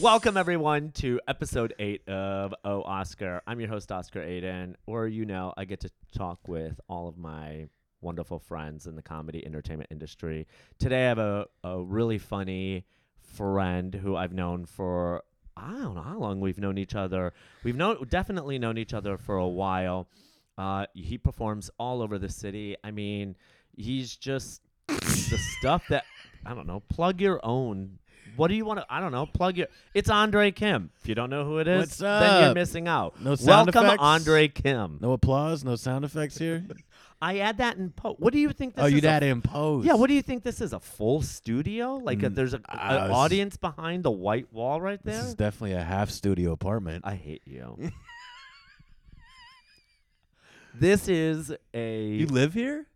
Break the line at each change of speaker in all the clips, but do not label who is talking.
Welcome everyone to episode eight of Oh Oscar. I'm your host Oscar Aiden, or you know, I get to talk with all of my wonderful friends in the comedy entertainment industry. Today I have a, a really funny friend who I've known for I don't know how long we've known each other. We've known definitely known each other for a while. Uh, he performs all over the city. I mean, he's just the stuff that I don't know. Plug your own. What do you want to? I don't know. Plug your. It's Andre Kim. If you don't know who it is,
What's
then you're
up?
missing out.
No sound
Welcome,
effects?
Andre Kim.
No applause, no sound effects here.
I add that in post. What do you think? This
oh,
is
you'd
a-
add impose.
Yeah. What do you think this is? A full studio? Like a,
Mm,
there's a,
uh,
an
this-
audience behind the white wall right
This
there.
is definitely a half studio apartment.
I hate you. this is a.
live here?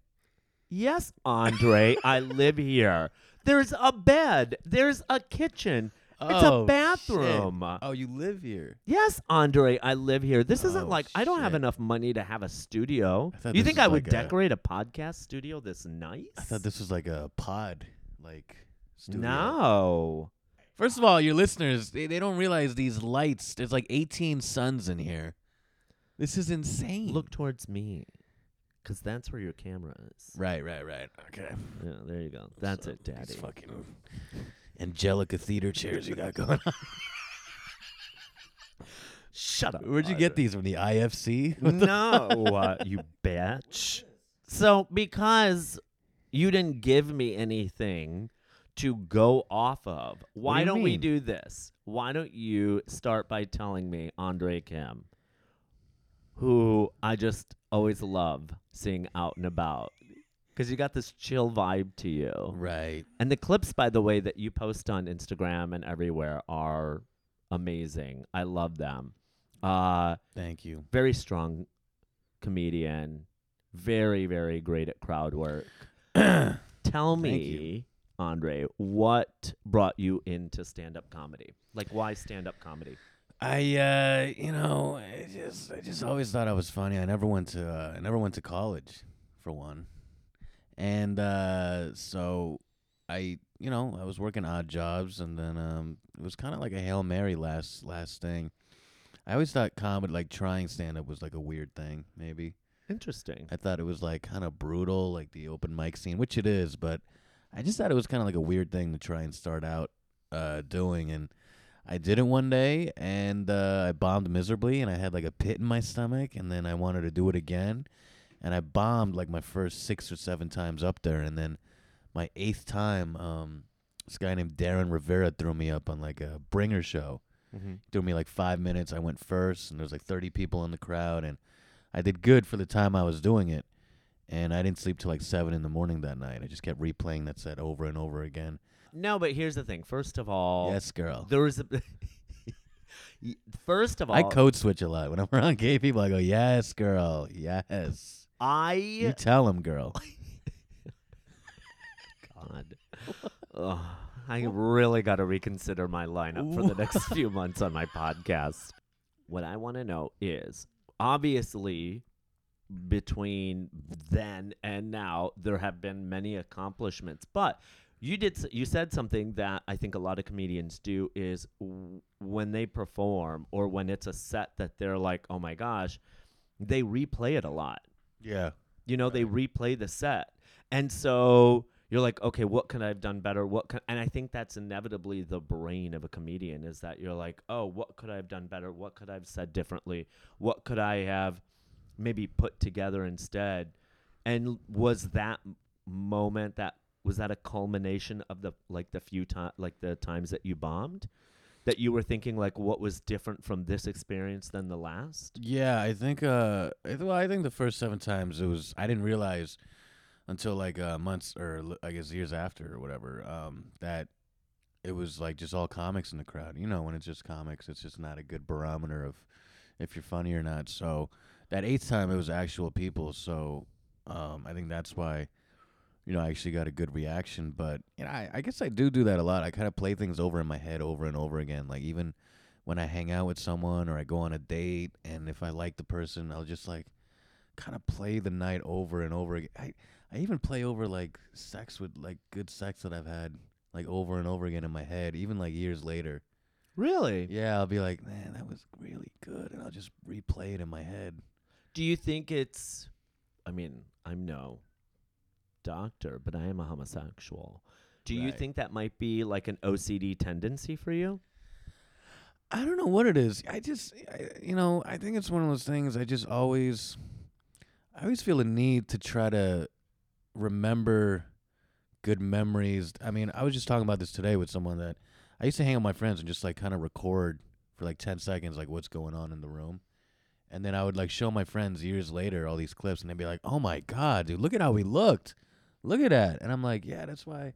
Yes, Andre, I live here. There's a bed. There's a kitchen. it's a
Oh,
bathroom.
Oh, you live here.
Yes, Andre, I live here. This isn't
Oh,
like I don't have
shit.
enough money to have a studio.
I thought
You
this
think
was
I would
like a-
decorate a podcast studio this nice?
I thought this was like a pod, like studio.
No.
First of all, your listeners, they, they don't realize these lights. There's like 18 suns in here. This is insane.
Look towards me. Cause that's where your camera is.
Right, right, right. Okay.
Yeah, there you go. That's
So
it,
these
Daddy.
fucking Angelica theater chairs you got going on.
Shut up.
Where'd you
Andre.
get these from? The IFC?
no, uh, you bitch. So because you didn't give me anything to go off of, why
do you
not we
mean?
do this? Why don't you start by telling me Andre Kim, who I just always love seeing out and about, because you got this chill vibe to you.
Right.
And the clips, by the way, that you post on Instagram and everywhere are amazing. I love them. Uh,
Thank you.
very strong comedian, very, very great at crowd work. Tell
Thank
me, Andre, what brought you into stand up comedy? Like, why stand up comedy?
I uh you know, I just I just always thought I was funny. I never went to uh, I never went to college for one. And uh so I you know, I was working odd jobs and then um it was kind of like a Hail Mary last last thing. I always thought comedy like trying stand up was like a weird thing, maybe.
Interesting.
I thought it was like kind of brutal, like the open mic scene, which it is, but I just thought it was kind of like a weird thing to try and start out uh, doing. And I did it one day and uh, I bombed miserably and I had like a pit in my stomach. And then I wanted to do it again. And I bombed like my first six or seven times up there. And then my eighth time, um, this guy named Darren Rivera threw me up on like a bringer show
Mm-hmm.
threw me like five minutes. I went first, and there was like 30 people in the crowd, and I did good for the time I was doing it. And I didn't sleep till like seven in the morning that night. I just kept replaying that set over and over again.
No, but here's the thing. First of all,
yes, girl.
there was a. Y- First of all,
I code switch a lot when I'm around gay people. I go, "Yes, girl. Yes." You
I
tell them, girl.
God, Ugh, I really got to reconsider my lineup for the next few months on my podcast. What I want to know is obviously between then and now there have been many accomplishments, but you did s- you said something that I think a lot of comedians do is w- when they perform or when it's a set that they're like, "Oh my gosh," they replay it a lot.
Yeah.
You know, they replay the set. And so you're like, okay, what could I have done better? What can, and I think that's inevitably the brain of a comedian is that you're like, oh, what could I have done better? What could I have said differently? What could I have maybe put together instead? And was that m- moment that was that a culmination of the like the few time like the times that you bombed that you were thinking like what was different from this experience than the last?
Yeah, I think uh I th- well, I think the first seven times it was I didn't realize until like uh months or l- I guess years after or whatever um that it was like just all comics in the crowd. You know, when it's just comics, it's just not a good barometer of if you're funny or not. So that eighth time it was actual people, so um I think that's why you know, I actually got a good reaction, but you know, I, I guess I do do that a lot. I kind of play things over in my head over and over again. Like even when I hang out with someone or I go on a date, and if I like the person, I'll just like kind of play the night over and over again. I, I even play over like sex with like good sex that I've had like over and over again in my head, even like years later.
Really?
Yeah, I'll be like, man, that was really good, and I'll just replay it in my head.
Do you think it's? I mean, I'm no doctor, but I am a homosexual. Do you
Right.
think that might be like an OCD tendency for you?
I don't know what it is. I just, I, you know, I think it's one of those things. I just always, I always feel a need to try to remember good memories. I mean, I was just talking about this today with someone that I used to hang out with my friends and just like kind of record for like ten seconds, like what's going on in the room, and then I would like show my friends years later all these clips, and they'd be like, "Oh my god, dude, look at how we looked, look at that," and I'm like, "Yeah, that's why."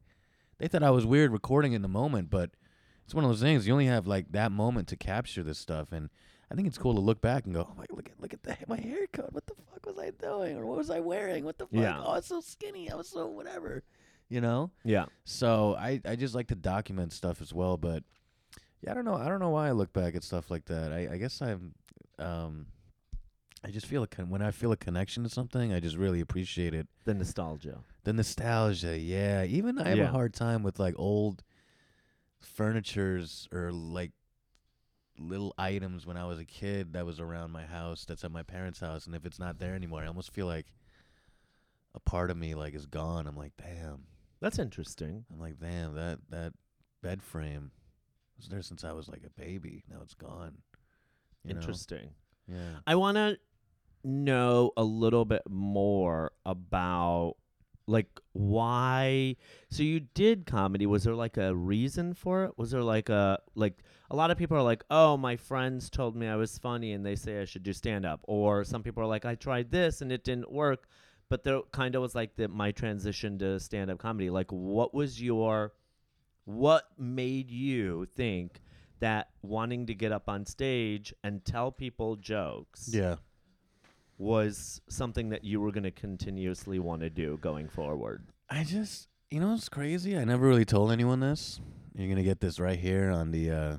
They thought I was weird recording in the moment, but it's one of those things you only have like that moment to capture this stuff and i think it's cool to look back and go oh my look at look at the, my haircut what the fuck was i doing or what was i wearing what the fuck
Yeah.
oh it's so skinny i was so whatever you know
Yeah.
so i i just like to document stuff as well but yeah i don't know i don't know why i look back at stuff like that i i guess i'm um i just feel a con- when i feel a connection to something i just really appreciate it
The nostalgia.
the nostalgia, yeah. Even I have a
Yeah.
hard time with like old furnitures or like little items when I was a kid that was around my house that's at my parents' house and if it's not there anymore, I almost feel like a part of me like is gone. I'm like, damn.
That's interesting.
I'm like, damn, that that bed frame was there since I was like a baby. Now it's gone. You know?
interesting.
Yeah.
I want to know a little bit more about like why so you did comedy was there like a reason for it was there like a like a lot of people are like oh my friends told me i was funny and they say i should do stand up or some people are like i tried this and it didn't work but there kind of was like the my transition to stand up comedy like what was your what made you think that wanting to get up on stage and tell people jokes
Yeah.
was something that you were going to continuously want to do going forward.
I just, you know, it's crazy. I never really told anyone this. You're gonna get this right here on the, uh,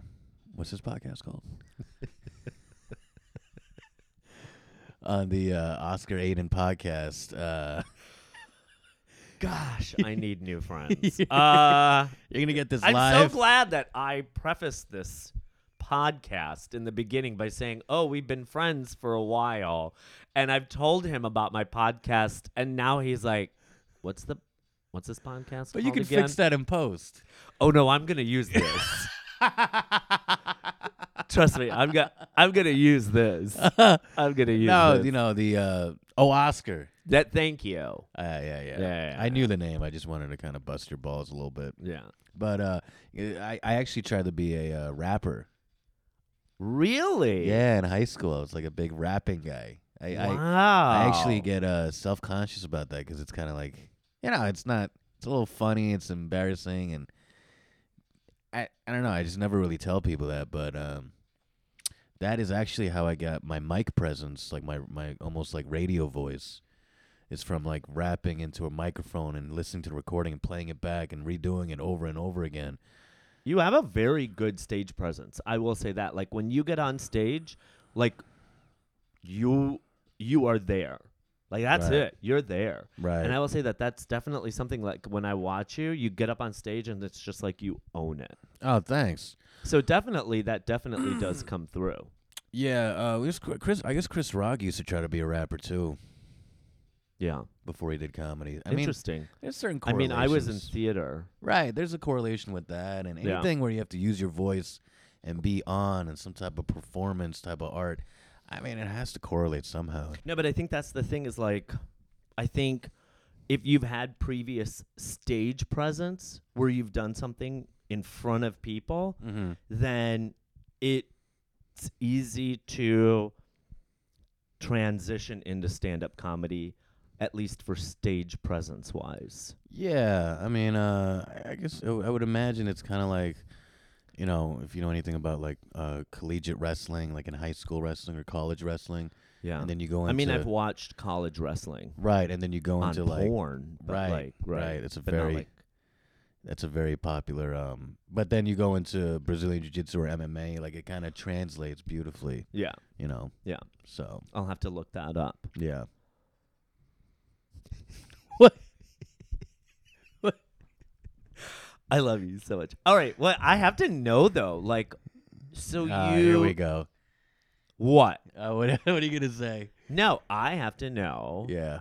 what's this podcast called? on the uh, Oscar Aiden podcast. Uh,
Gosh, I need new friends. Uh,
you're gonna get this
I'm so
live.
glad that I prefaced this podcast in the beginning by saying, "Oh, we've been friends for a while," and I've told him about my podcast, and now he's like, "What's the, what's this podcast?"
but you
called
can
again?
fix that in post.
Oh no, I'm gonna use this. Trust me, I'm gonna I'm gonna use this. I'm gonna use
no,
this.
you know the uh, oh Oscar.
that. Thank you.
Uh, yeah, yeah,
Yeah, yeah,
I knew the name. I just wanted to kind of bust your balls a little bit.
Yeah.
But uh, I, I actually tried to be a uh, rapper.
Really?
Yeah, in high school, I was like a big rapping guy. I, I,
wow.
I actually get uh, self conscious about that because it's kind of like, you know, it's not, it's a little funny, it's embarrassing, and I, I don't know, I just never really tell people that, but um, that is actually how I got my mic presence, like my, my almost like radio voice, is from like rapping into a microphone and listening to the recording and playing it back and redoing it over and over again.
You have a very good stage presence. I will say that. Like when you get on stage, like you you are there. Like that's
Right.
it. You're there.
Right.
And I will say that that's definitely something like when I watch you, you get up on stage and it's just like you own it.
oh, thanks.
So definitely that definitely does come through.
Yeah, uh, we just, Chris. I guess Chris Rock used to try to be a rapper too
Yeah.
before he did comedy. I mean,
Interesting.
there's certain.
I mean, I was in
correlations.
theater.
right. There's a correlation with that, and
Yeah.
anything where you have to use your voice and be on and some type of performance type of art. I mean, it has to correlate somehow.
No, but I think that's the thing is like, I think if you've had previous stage presence where you've done something in front of people,
Mm-hmm.
then it's easy to transition into stand up comedy, at least for stage presence wise.
Yeah, I mean, uh, I- I guess I w- I would imagine it's kind of like, you know, if you know anything about like uh, collegiate wrestling, like in high school wrestling or college wrestling,
Yeah.
and then you go into.
I mean, I've watched college wrestling
right, and then you go
on
into like.
porn, but
right,
like, right.
right, it's a
but not
very-
like-
That's a very popular. Um, but then you go into Brazilian Jiu Jitsu or MMA, like it kind of translates beautifully,
yeah,
you know.
Yeah.
So
I'll have to look that up.
yeah.
I love you so much. All right, well, I have to know though, like, So
Ah,
you
here we go.
what?
Uh, what, what are you gonna say?
No, I have to know.
Yeah.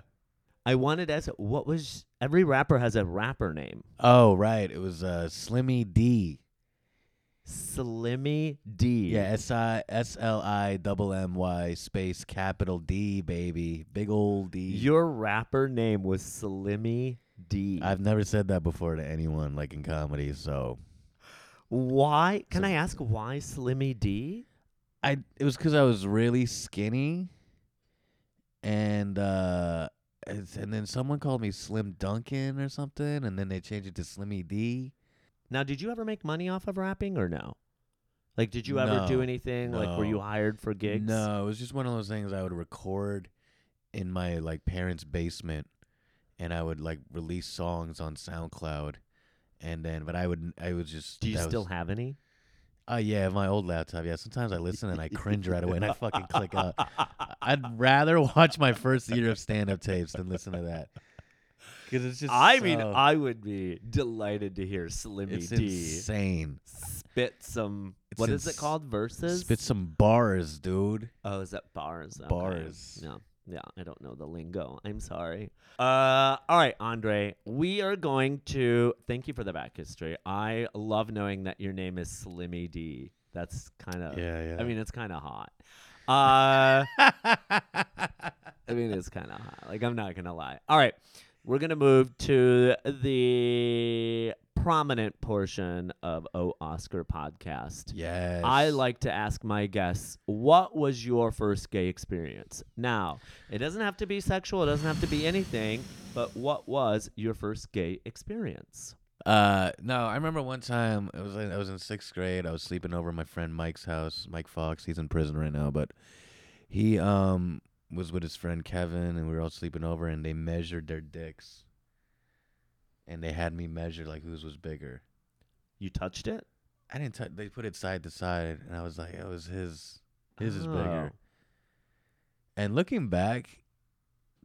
I wanted as what was every rapper has a rapper name.
Oh right, it was uh, Slimmy D.
Slimmy D.
Yeah, S I S L I double M Y space capital D baby, big old D.
Your rapper name was Slimmy D.
I've never said that before to anyone like in comedy, so
why? Can
So-
I ask why Slimmy D?
I it was because I was really skinny, and uh, it's- and then someone called me Slim Duncan or something, and then they changed it to Slimmy D.
Now, did you ever make money off of rapping or no? Like, did you ever do
No,
anything? Like, were you
no,
hired for gigs?
No, it was just one of those things I would record in my like parents' basement, and I would like release songs on SoundCloud, and then but I would I was just
Do you
that
still
was,
have any?
Oh yeah, my old laptop. Yeah, sometimes I listen and I cringe right away and I fucking click out.
Uh,
I'd rather watch my first year of stand-up tapes than listen to that. Cuz it's just
I mean,
so-
I would be delighted to hear Slimmy
it's
D
insane.
spit some.
It's
what is it
ins-
called? Verses.
Spit some bars, dude.
Oh, is that bars? Okay.
Bars.
No. Yeah, I don't know the lingo. I'm sorry. Uh, all right, Andre, we are going to thank you for the back history. I love knowing that your name is Slimmy D. That's kind of.
yeah.
I mean, it's kind of hot. Uh, I mean, it's kind of hot. Like, I'm not gonna lie. All right, we're gonna move to the prominent portion of O Oscar podcast.
yes.
I like to ask my guests, what was your first gay experience? Now, it doesn't have to be sexual, it doesn't have to be anything, but what was your first gay experience?
Uh no, I remember one time it was in- I was in sixth grade. I was sleeping over at my friend Mike's house. Mike Fox, he's in prison right now, but he um was with his friend Kevin, and we were all sleeping over, and they measured their dicks, and they had me measure like whose was bigger.
You touched it?
I didn't. T- they put it side to side, and I was like, it was his. His is bigger.
Oh.
And looking back,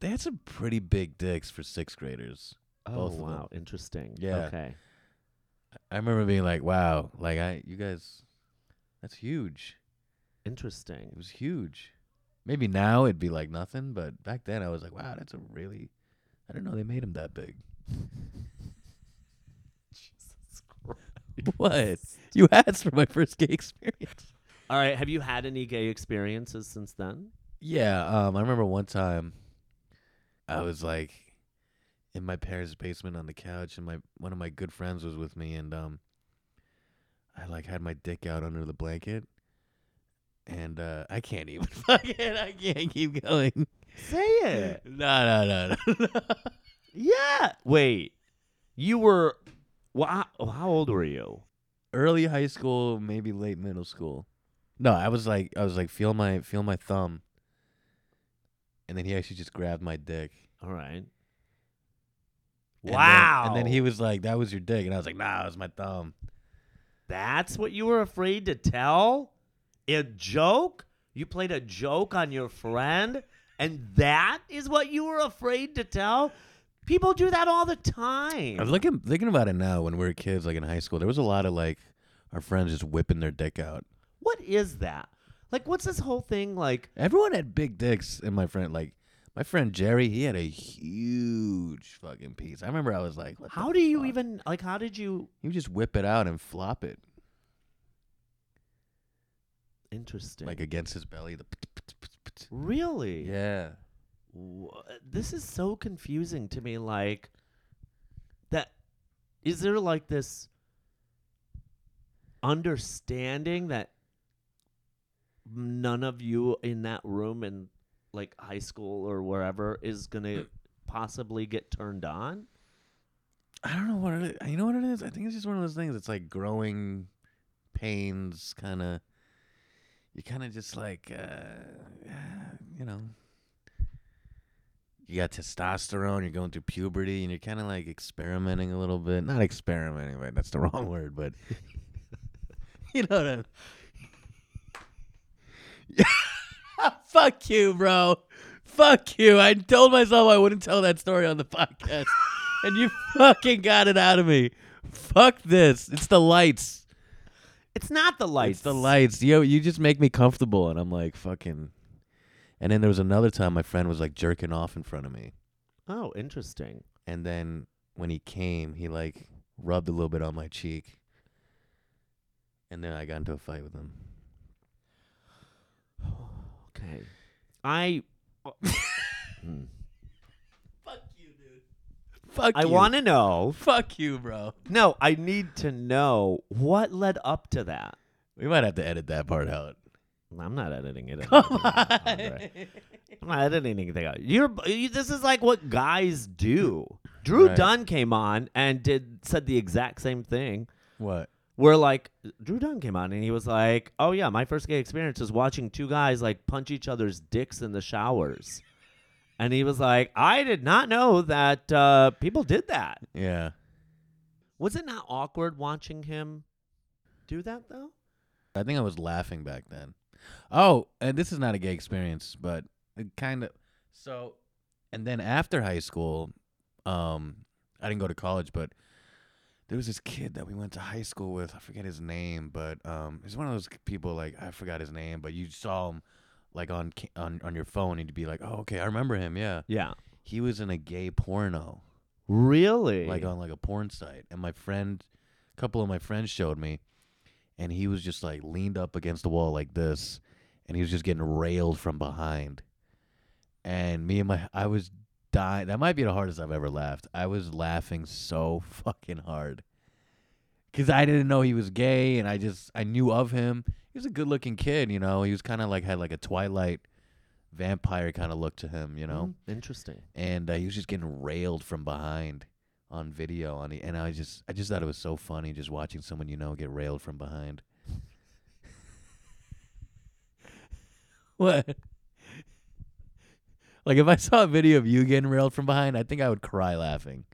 they had some pretty big dicks for sixth graders.
Oh,
Both of them.
wow. Interesting.
Yeah.
Okay.
I remember being like, wow, like I, you guys, that's huge. It
Interesting.
was huge. Maybe now it'd be like nothing, but back then I was like, wow, that's a really. I didn't know they made him that big.
Jesus Christ.
What? You asked for my first gay experience.
All right. Have you had any gay experiences since then?
Yeah, um, I remember one time I was like in my parents' basement on the couch, and my one of my good friends was with me, and um, I like had my dick out under the blanket, and uh, I can't even fucking, I can't keep going.
Say
no, no, no, no. no.
yeah. Wait. You were. Wow. How old were you?
early high school, maybe late middle school. No, I was like, I was like, feel my, feel my thumb, and then he actually just grabbed my dick.
All right.
And then- and then he was like, "That was your dick," and I was like, "Nah, it was my thumb."
That's what you were afraid to tell? A joke? You played a joke on your friend, and that is what you were afraid to tell? People do that all the time.
I was looking, thinking about it now. When we were kids, like in high school, there was a lot of like our friends just whipping their dick out.
what is that? Like, what's this whole thing like?
Everyone had big dicks, and my friend, like my friend Jerry, he had a huge fucking piece. I remember I was like, what the
How do you
fuck?
even like? How did you?
He would just whip it out and flop it
Interesting.
like against his belly." The
really?
yeah.
Wha- This is so confusing to me. Like, that is there like this understanding that none of you in that room in like high school or wherever is gonna possibly get turned on?
I don't know what it is. You know what it is? I think it's just one of those things. It's like growing pains, kind of. You kind of just like, uh, you know, you got testosterone. You're going through puberty, and you're kind of like experimenting a little bit. Not experimenting, right? That's the wrong word, but you know what I mean. Fuck you, bro. Fuck you. I told myself I wouldn't tell that story on the podcast and you fucking got it out of me. Fuck this. It's the lights.
It's not the lights.
It's the lights. Yo, you just make me comfortable, and I'm like fucking. And then there was another time my friend was like jerking off in front of me,
Oh, interesting.
and then when he came, he like rubbed a little bit on my cheek, and then I got into a fight with him.
Okay. I. Mm.
Fuck you, dude. Fuck.
I want to know.
Fuck you, bro.
No, I need to know what led up to that.
We might have to edit that part out.
I'm not editing it.
Come
out, Andre. I'm not editing anything out. You're you, this is like what guys do. Drew
Right.
Dunn came on and did said the exact same thing.
What?
Where like Drew Dunn came on and he was like, "Oh yeah, my first gay experience was watching two guys like punch each other's dicks in the showers," and he was like, "I did not know that uh, people did that."
Yeah.
Was it not awkward watching him do that though?
I think I was laughing back then. Oh, and this is not a gay experience, but it kind of. So, and then after high school, um, I didn't go to college, but there was this kid that we went to high school with. I forget his name, but um, he's one of those people like I forgot his name, but you saw him like on ca- on on your phone, and you'd be like, "Oh, okay, I remember him." Yeah,
Yeah.
he was in a gay porno
Really?
like uh, on like a porn site and my friend a couple of my friends showed me and he was just like leaned up against the wall like this and he was just getting railed from behind and me and my i was dying that might be the hardest i've ever laughed i was laughing so fucking hard because i didn't know he was gay and i just i knew of him he was a good looking kid you know he was kind of like had like a twilight vampire kind of look to him you know
Mm, interesting.
and uh, he was just getting railed from behind on video on the, and I just I just thought it was so funny just watching someone you know get railed from behind. what? Like if I saw a video of you getting railed from behind, I think I would cry laughing.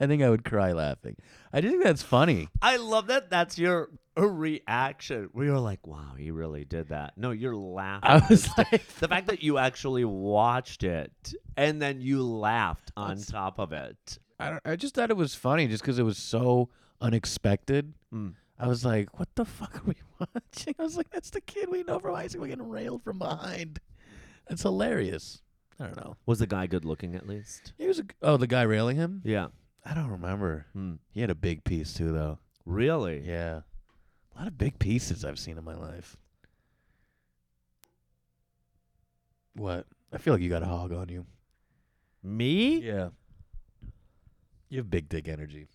I think I would cry laughing. I just think that's funny.
I love that. That's your reaction. We were like, "Wow, he really did that." No, you're laughing.
I was like,
the fact that you actually watched it and then you laughed on
That's-
top of it.
I, don't, I just thought it was funny just because it was so unexpected.
Mm.
I was like, what the fuck are we watching? I was like, that's the kid we know from high school getting railed from behind. That's hilarious. I don't know.
Was the guy good looking at least?
He was a, oh the guy railing him.
Yeah.
I don't remember.
Hmm.
He had a big piece too, though.
Really?
Yeah, a lot of big pieces I've seen in my life. What? I feel like you got a hog on you.
Me?
Yeah. You have big dick energy.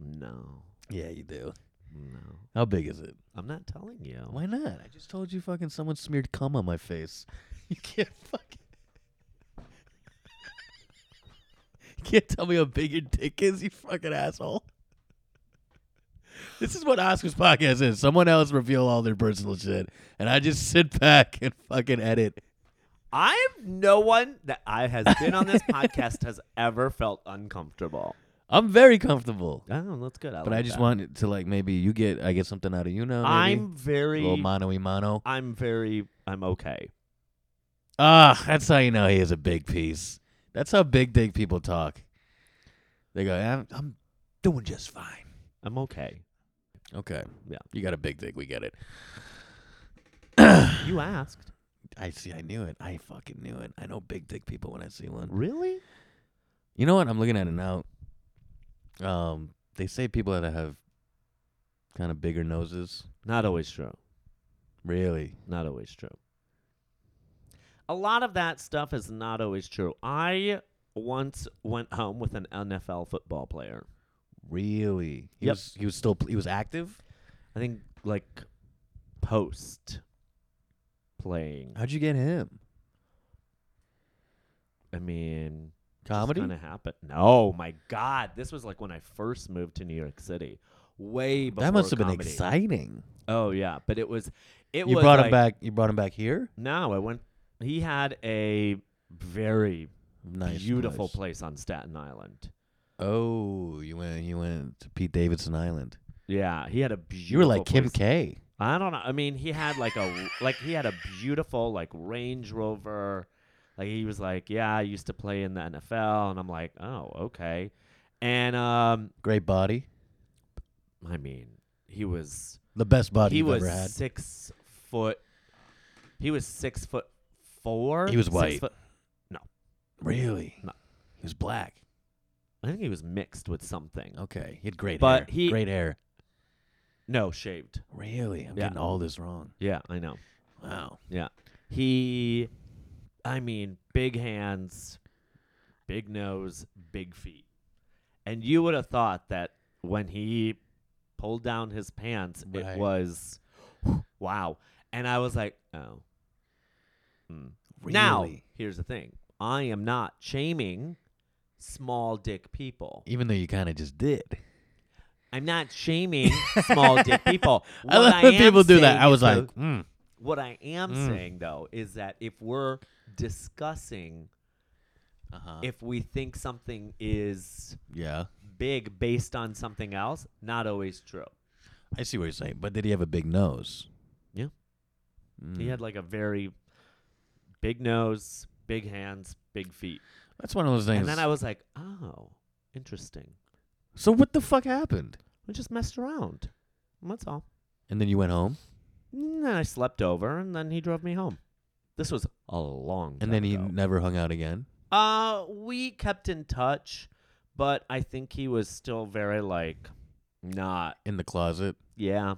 No.
Yeah, you do.
No.
How big is it?
I'm not telling you.
Why not? I just told you fucking someone smeared cum on my face. You can't fucking. you can't tell me how big your dick is, you fucking asshole. This is what Oscar's podcast is. Someone else reveal all their personal shit, and I just sit back and fucking edit.
I'm no one that I has been on this podcast has ever felt uncomfortable.
I'm very comfortable,
Oh, that's good. I
but
like
I just
that.
wanted to like maybe you get I get something out of you now. maybe?
I'm
a
very.
little mano y mano.
I'm very. I'm okay.
Ah, that's how you know he is a big piece. That's how big dick people talk. They go, I'm, I'm doing just fine.
I'm okay.
Okay.
Yeah.
You got a big dick. We get it.
You asked.
I see. I knew it. I fucking knew it. I know big dick people when I see one.
Really?
You know what? I'm looking at it now. Um, they say people that have kind of bigger noses.
Not always true.
Really?
Not always true. A lot of that stuff is not always true. I once went home with an NFL football player.
Really? He
Yep.
was he was still pl- he was active?
I think like post playing.
How'd you get him?
I mean,
Comedy?
Kind of happened. No, my God, this was like when I first moved to New York City. Way before
That must have been
comedy.
exciting.
Oh yeah, but it was. It
you
was
brought him
like-
back you brought him back here?
No, I went. He had a very
Nice.
beautiful
nice.
place on Staten Island.
Oh, you went you went to Pete Davidson Island.
Yeah, he had a beautiful.
You were like Kim
place.
K.
I don't know. I mean, he had like a like he had a beautiful like Range Rover. Like he was like, yeah, I used to play in the NFL, and I'm like, oh, okay. And um,
Great body.
I mean, he was
the best body
he
you've
was
ever had.
six foot. He was six foot four.
He was
six
white.
foot-
Really?
No.
He was black.
I think he was mixed with something.
Okay, he had great
But
hair.
he-
great hair.
No, shaved.
Really, I'm
Yeah.
getting all this wrong.
Yeah, I know.
Wow.
Yeah. He, I mean, big hands, big nose, big feet. And you would have thought that when he pulled down his pants,
Right.
it was wow. And I was like, oh. Mm. Now,
Really?
here's the thing I am not shaming small dick people.
even though you kind of just did.
I'm not shaming small dick people. What
I love when
am
people do that.
saying
I
is
was
the-
like, mm,
What I am
Mm.
saying though is that if we're discussing
uh-huh.
if we think something is
yeah,
big based on something else, not always true.
I see what you're saying. But did he have a big nose?
Yeah.
Mm.
He had like a very big nose, big hands, big feet.
Hmm. That's one of those things.
And then I was like, "Oh, interesting.
so what the fuck happened?
We just messed around." That's all.
And then you went home,
And then I slept over and then he drove me home. This was a long time
and then he
ago.
never hung out again.
Uh, we kept in touch, but I think he was still very like not.
In the closet.
Yeah.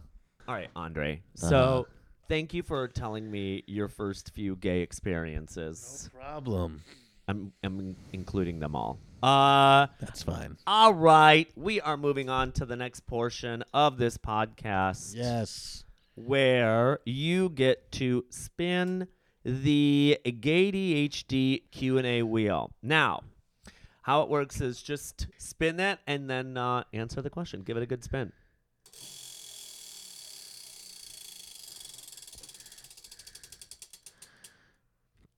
All right, Andre.
Uh-huh.
So, thank you for telling me your first few gay experiences.
Problem.
I'm I'm including them all. Uh,
That's fine.
all right. We are moving on to the next portion of this podcast
Yes.
where you get to spin the GayDHD Q&A wheel. Now, how it works is just spin that and then uh, answer the question. Give it a good spin.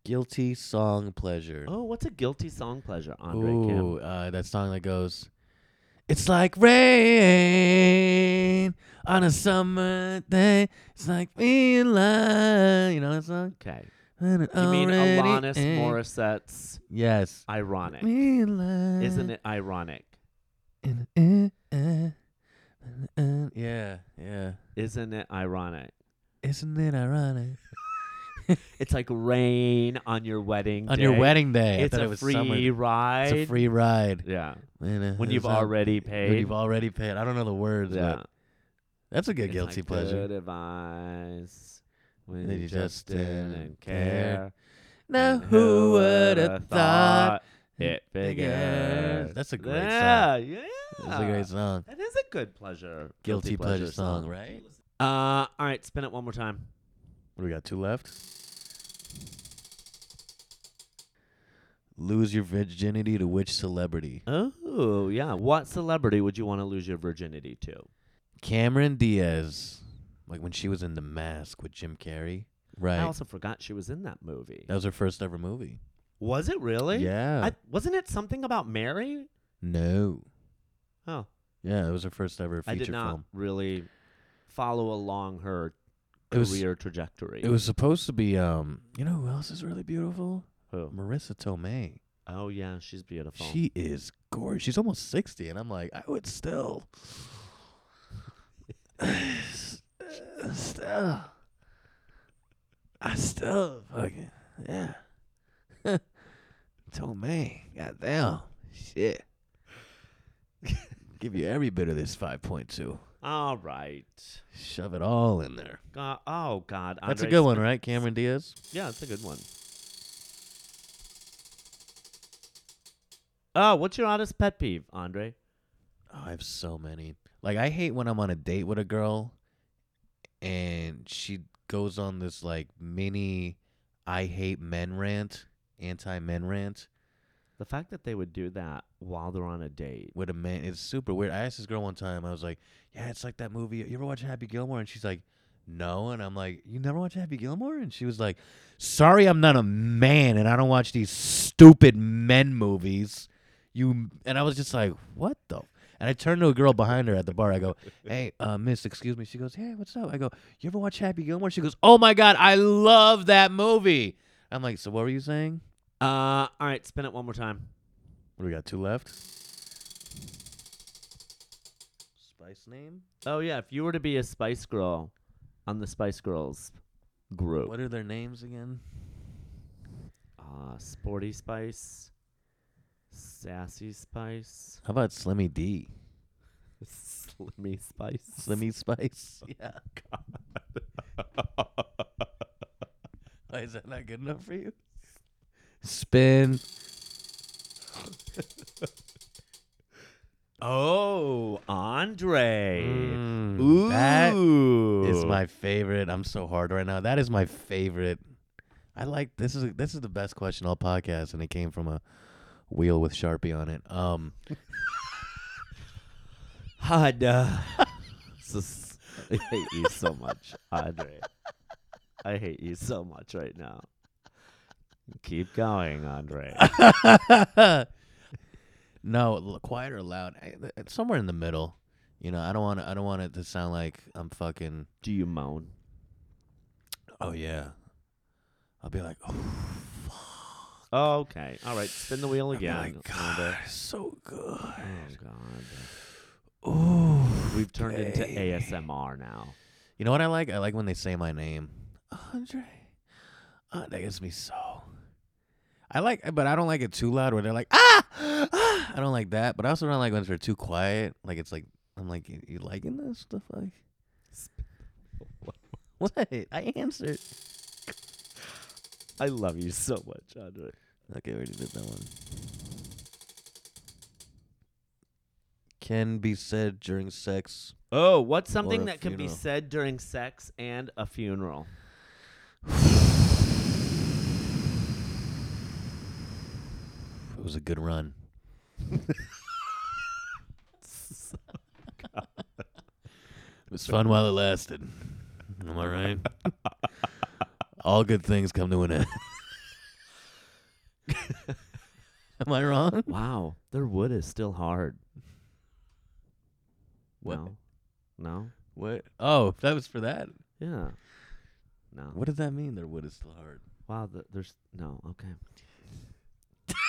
Guilty song pleasure.
Oh, what's a guilty song pleasure, Andre Kim?
Ooh, uh, that song that goes, "It's like rain on a summer day. It's like me in love." You know that song?
Okay.
And it
You mean
already eh.
Alanis
ain't-
Morissette's
Yes.
Ironic.
Me in love.
Isn't it ironic?
And, uh, uh, uh, uh, yeah, yeah.
Isn't it ironic?
Isn't it ironic?
It's like rain on your wedding
On your
day.
wedding day, I
It's
thought
a
it was
free
summer.
ride.
It's a free ride.
yeah.
And, uh,
When
it's
you've
on-
already paid.
When you've already paid. I don't know the words,
yeah.
but that's a good
It's
guilty
like
pleasure.
Good advice. When
That
you just didn't care.
Now
And
who would have thought?
it
figures?
figures?
That's a great song.
yeah, Yeah,
That's a
Ah.
great song.
That is a good pleasure.
Guilty, pleasure, song, right?
Uh, all right, spin it one more time.
What do we got? Two left. Lose your virginity to which celebrity?
Oh yeah, what celebrity would you want to lose your virginity to?
Cameron Diaz, like when she was in The Mask with Jim Carrey. Right.
I also forgot she was in that movie.
that was her first ever movie.
Was it really?
Yeah.
I, wasn't it something about Mary?
no.
Oh,
Yeah, it was her first ever feature
I did not
film.
really follow along her
It was-
career trajectory.
It was supposed to be um, you know who else is really beautiful?
Who?
Marissa Tomei.
Oh yeah, she's beautiful.
She is gorgeous. She's almost 60 and I'm like, I would still still I still fucking yeah. Tomei, goddamn. Shit. Give you every bit of this 5.2.
All right.
Shove it all in there.
God, oh God,
That's a
Andre,
good
it's
one,
been-
right? Cameron Diaz.
Yeah, it's a good one. Oh, what's your oddest pet peeve, Andre?
Oh, I have so many. Like I hate when I'm on a date with a girl and she goes on this like mini I hate men rant, anti men rant
The fact that they would do that while they're on a date.
with a man. It's super weird. I asked this girl one time, I was like, Yeah, it's like that movie. You ever watch Happy Gilmore? And she's like, No. And I'm like, You never watch Happy Gilmore? And she was like, Sorry, I'm not a man and I don't watch these stupid men movies. You and I was just like, What the and I turned to a girl behind her at the bar. I go, "Hey, uh, miss, excuse me." She goes, "Hey, what's up?" I go, "You ever watch Happy Gilmore?" She goes, "Oh my god, I love that movie." I'm like, "So what were you saying?"
Uh, all right, spin it one more time.
What do we got? Two left. Spice name?
Oh yeah, if you were to be a Spice Girl on the Spice Girls group,
What are their names again?
uh, Sporty Spice, Sassy Spice,
How about Slimmy D?
Slimmy Spice,
Slimmy Spice?
Yeah.
Why is that not good enough for you? Spin.
Oh, Andre.
Mm,
Ooh,
That is my favorite. I'm so hard right now. That is my favorite. I like this is this is the best question all podcast, and it came from a wheel with Sharpie on it. Um,
Hada. I hate you so much, Andre. I hate you so much right now. Keep going, Andre.
no, l- quiet or loud, I, th- it's somewhere in the middle. You know, I don't want I don't want it to sound like I'm fucking.
Do you moan?
Oh yeah, I'll be like, oh,
Oh, okay. All right. Spin the wheel
I'll be
again.
like,
Andre.
oh God, it's so
Oh
good.
God. Mm.
Ooh,
We've turned into
okay.
ASMR now.
You know what I like? I like when they say my name, Andre. Uh, that gets me so. I like, but I don't like it too loud. Where they're like, ah, ah! I don't like that. But I also don't like when they're too quiet. Like it's like I'm like, you, you liking this? The fuck? What? I answered.
I love you so much, Andre.
Okay, we already did that one. Can be said during sex.
Oh, what's something
a
that can be
funeral.
said during sex and a funeral?
It was a good run. It was fun while it lasted. Am I right? All good things come to an end. Am I wrong?
Wow, their wood is still hard.
What?
No. No?
What? Oh, that was for that.
Yeah. No.
What does that mean? Their wood is still hard.
Wow, th- there's no. Okay.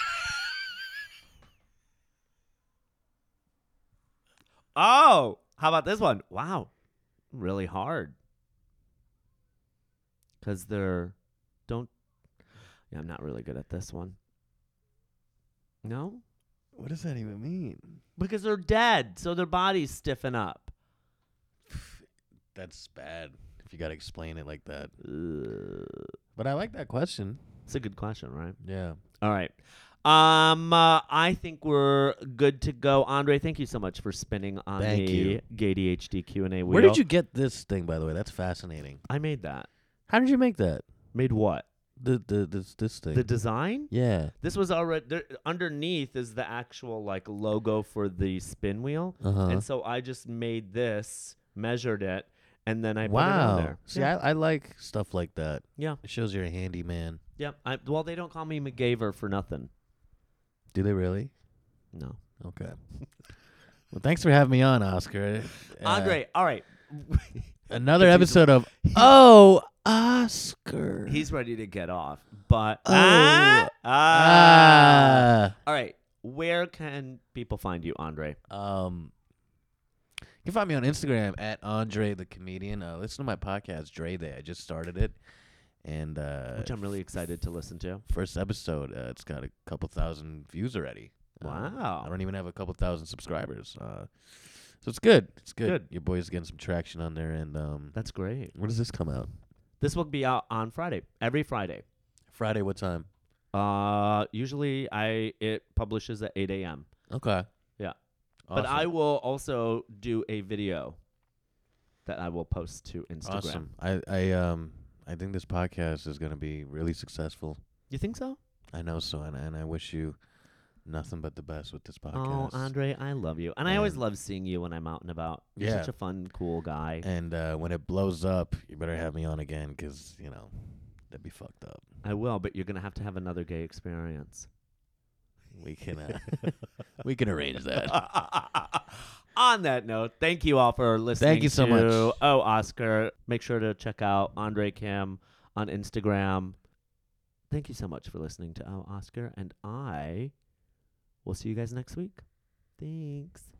oh, how about this one? Wow. Really hard. Cuz they're don't Yeah, I'm not really good at this one. No?
What does that even mean?
Because they're dead, so their bodies stiffen up.
That's bad. If you gotta explain it like that.
Ugh.
But I like that question.
It's a good question, right?
Yeah.
All right. Um, uh, I think we're good to go, Andre. Thank you so much for spinning on
Thank
the
you.
GadyHD Q and A wheel.
Where did you get this thing, by the way? That's fascinating.
I made that.
How did you make that?
Made what?
The the this this thing.
The design.
yeah.
This was already there, underneath is the actual like logo for the spin wheel,
Uh huh.
and so I just made this, measured it, and then I put it on
Wow.
there.
See,
yeah.
I, I like stuff like that.
yeah,
It shows you're a handyman.
yeah. I, well, they don't call me McGaver for nothing.
Do they really?
No,
Okay. well, thanks for having me on, Oscar. Uh,
Andre. All right,
Another
If he's-
episode of Oh Oscar.
he's ready to get off, but
Oh.
ah, ah.
ah.
All right. Where can people find you, Andre?
Um, you can find me on Instagram at Andre the Comedian. Uh, listen to my podcast, Dre Day. I just started it, and uh,
Which I'm really excited to listen to.
first episode, uh, it's got a couple thousand views already. Uh,
Wow.
I don't even have a couple thousand subscribers. Uh, so it's good. It's good.
Good.
Your boy's getting some traction on there. And um,
That's great.
when does this come out?
This will be out on Friday, every Friday.
Friday. What time?
Uh, usually I it publishes at 8 a.m.
Okay.
Yeah.
Awesome.
But I will also do a video that I will post to Instagram.
awesome. I I um I think this podcast is gonna be really successful.
You think so?
I know so, and, and I wish you nothing but the best with this
Oh,
podcast.
Andre, I love you, and I always
And-
love seeing you when I'm out and about. You're
Yeah.
such a fun, cool guy.
And uh, when it blows up, you better have me on again, 'cause you know that'd be fucked up.
I will, but you're gonna have to have another gay experience.
We can uh, we can arrange that.
On that note, thank you all for listening.
you so
to
much.
Oh, Oscar. Make sure to check out Andre Kim on Instagram. Thank you so much for listening to Oh, Oscar. And I will see you guys next week. Thanks.